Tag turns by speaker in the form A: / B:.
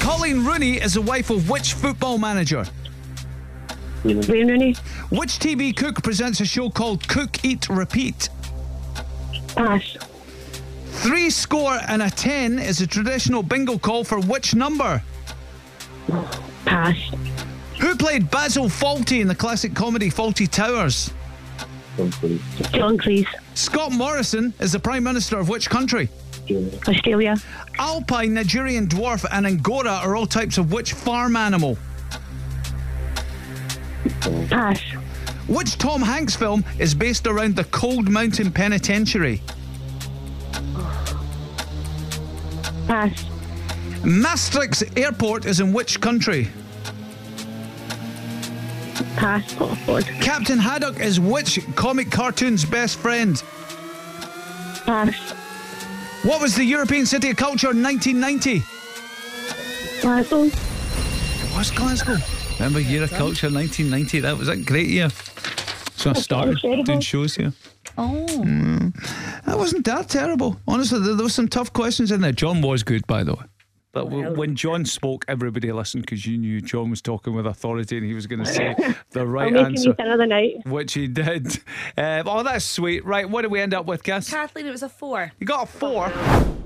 A: Kathleen Rooney is the wife of which football manager?
B: Wayne Rooney.
A: Which TV cook presents a show called Cook, Eat, Repeat?
B: Pass.
A: Three score and a ten is a traditional bingo call for which number?
B: Pass.
A: Who played Basil Fawlty in the classic comedy Fawlty Towers?
B: John Cleese.
A: Scott Morrison is the Prime Minister of which country?
B: Australia.
A: Alpine, Nigerian dwarf, and Angora are all types of which farm animal?
B: Pass.
A: Which Tom Hanks film is based around the Cold Mountain Penitentiary?
B: Pass.
A: Maastricht Airport is in which country?
B: Pass. Oh, God.
A: Captain Haddock is which comic cartoon's best friend?
B: Pass.
A: What was the European City of Culture in 1990?
B: Glasgow.
A: It was Glasgow. Remember Year of Culture 1990? That was a great year. So I started
B: terrible.
A: doing shows here. Mm.
C: Oh,
A: That wasn't that terrible. Honestly, there, there was some tough questions in there. John was good, by the way. But w- when John spoke, everybody listened because you knew John was talking with authority and he was going to say the
B: I'm
A: right
B: making me
A: answer,
B: dinner tonight.
A: which he did. Uh, oh, that's sweet. Right, what did we end up with, Cass?
C: Kathleen, it was a four.
A: You got a four.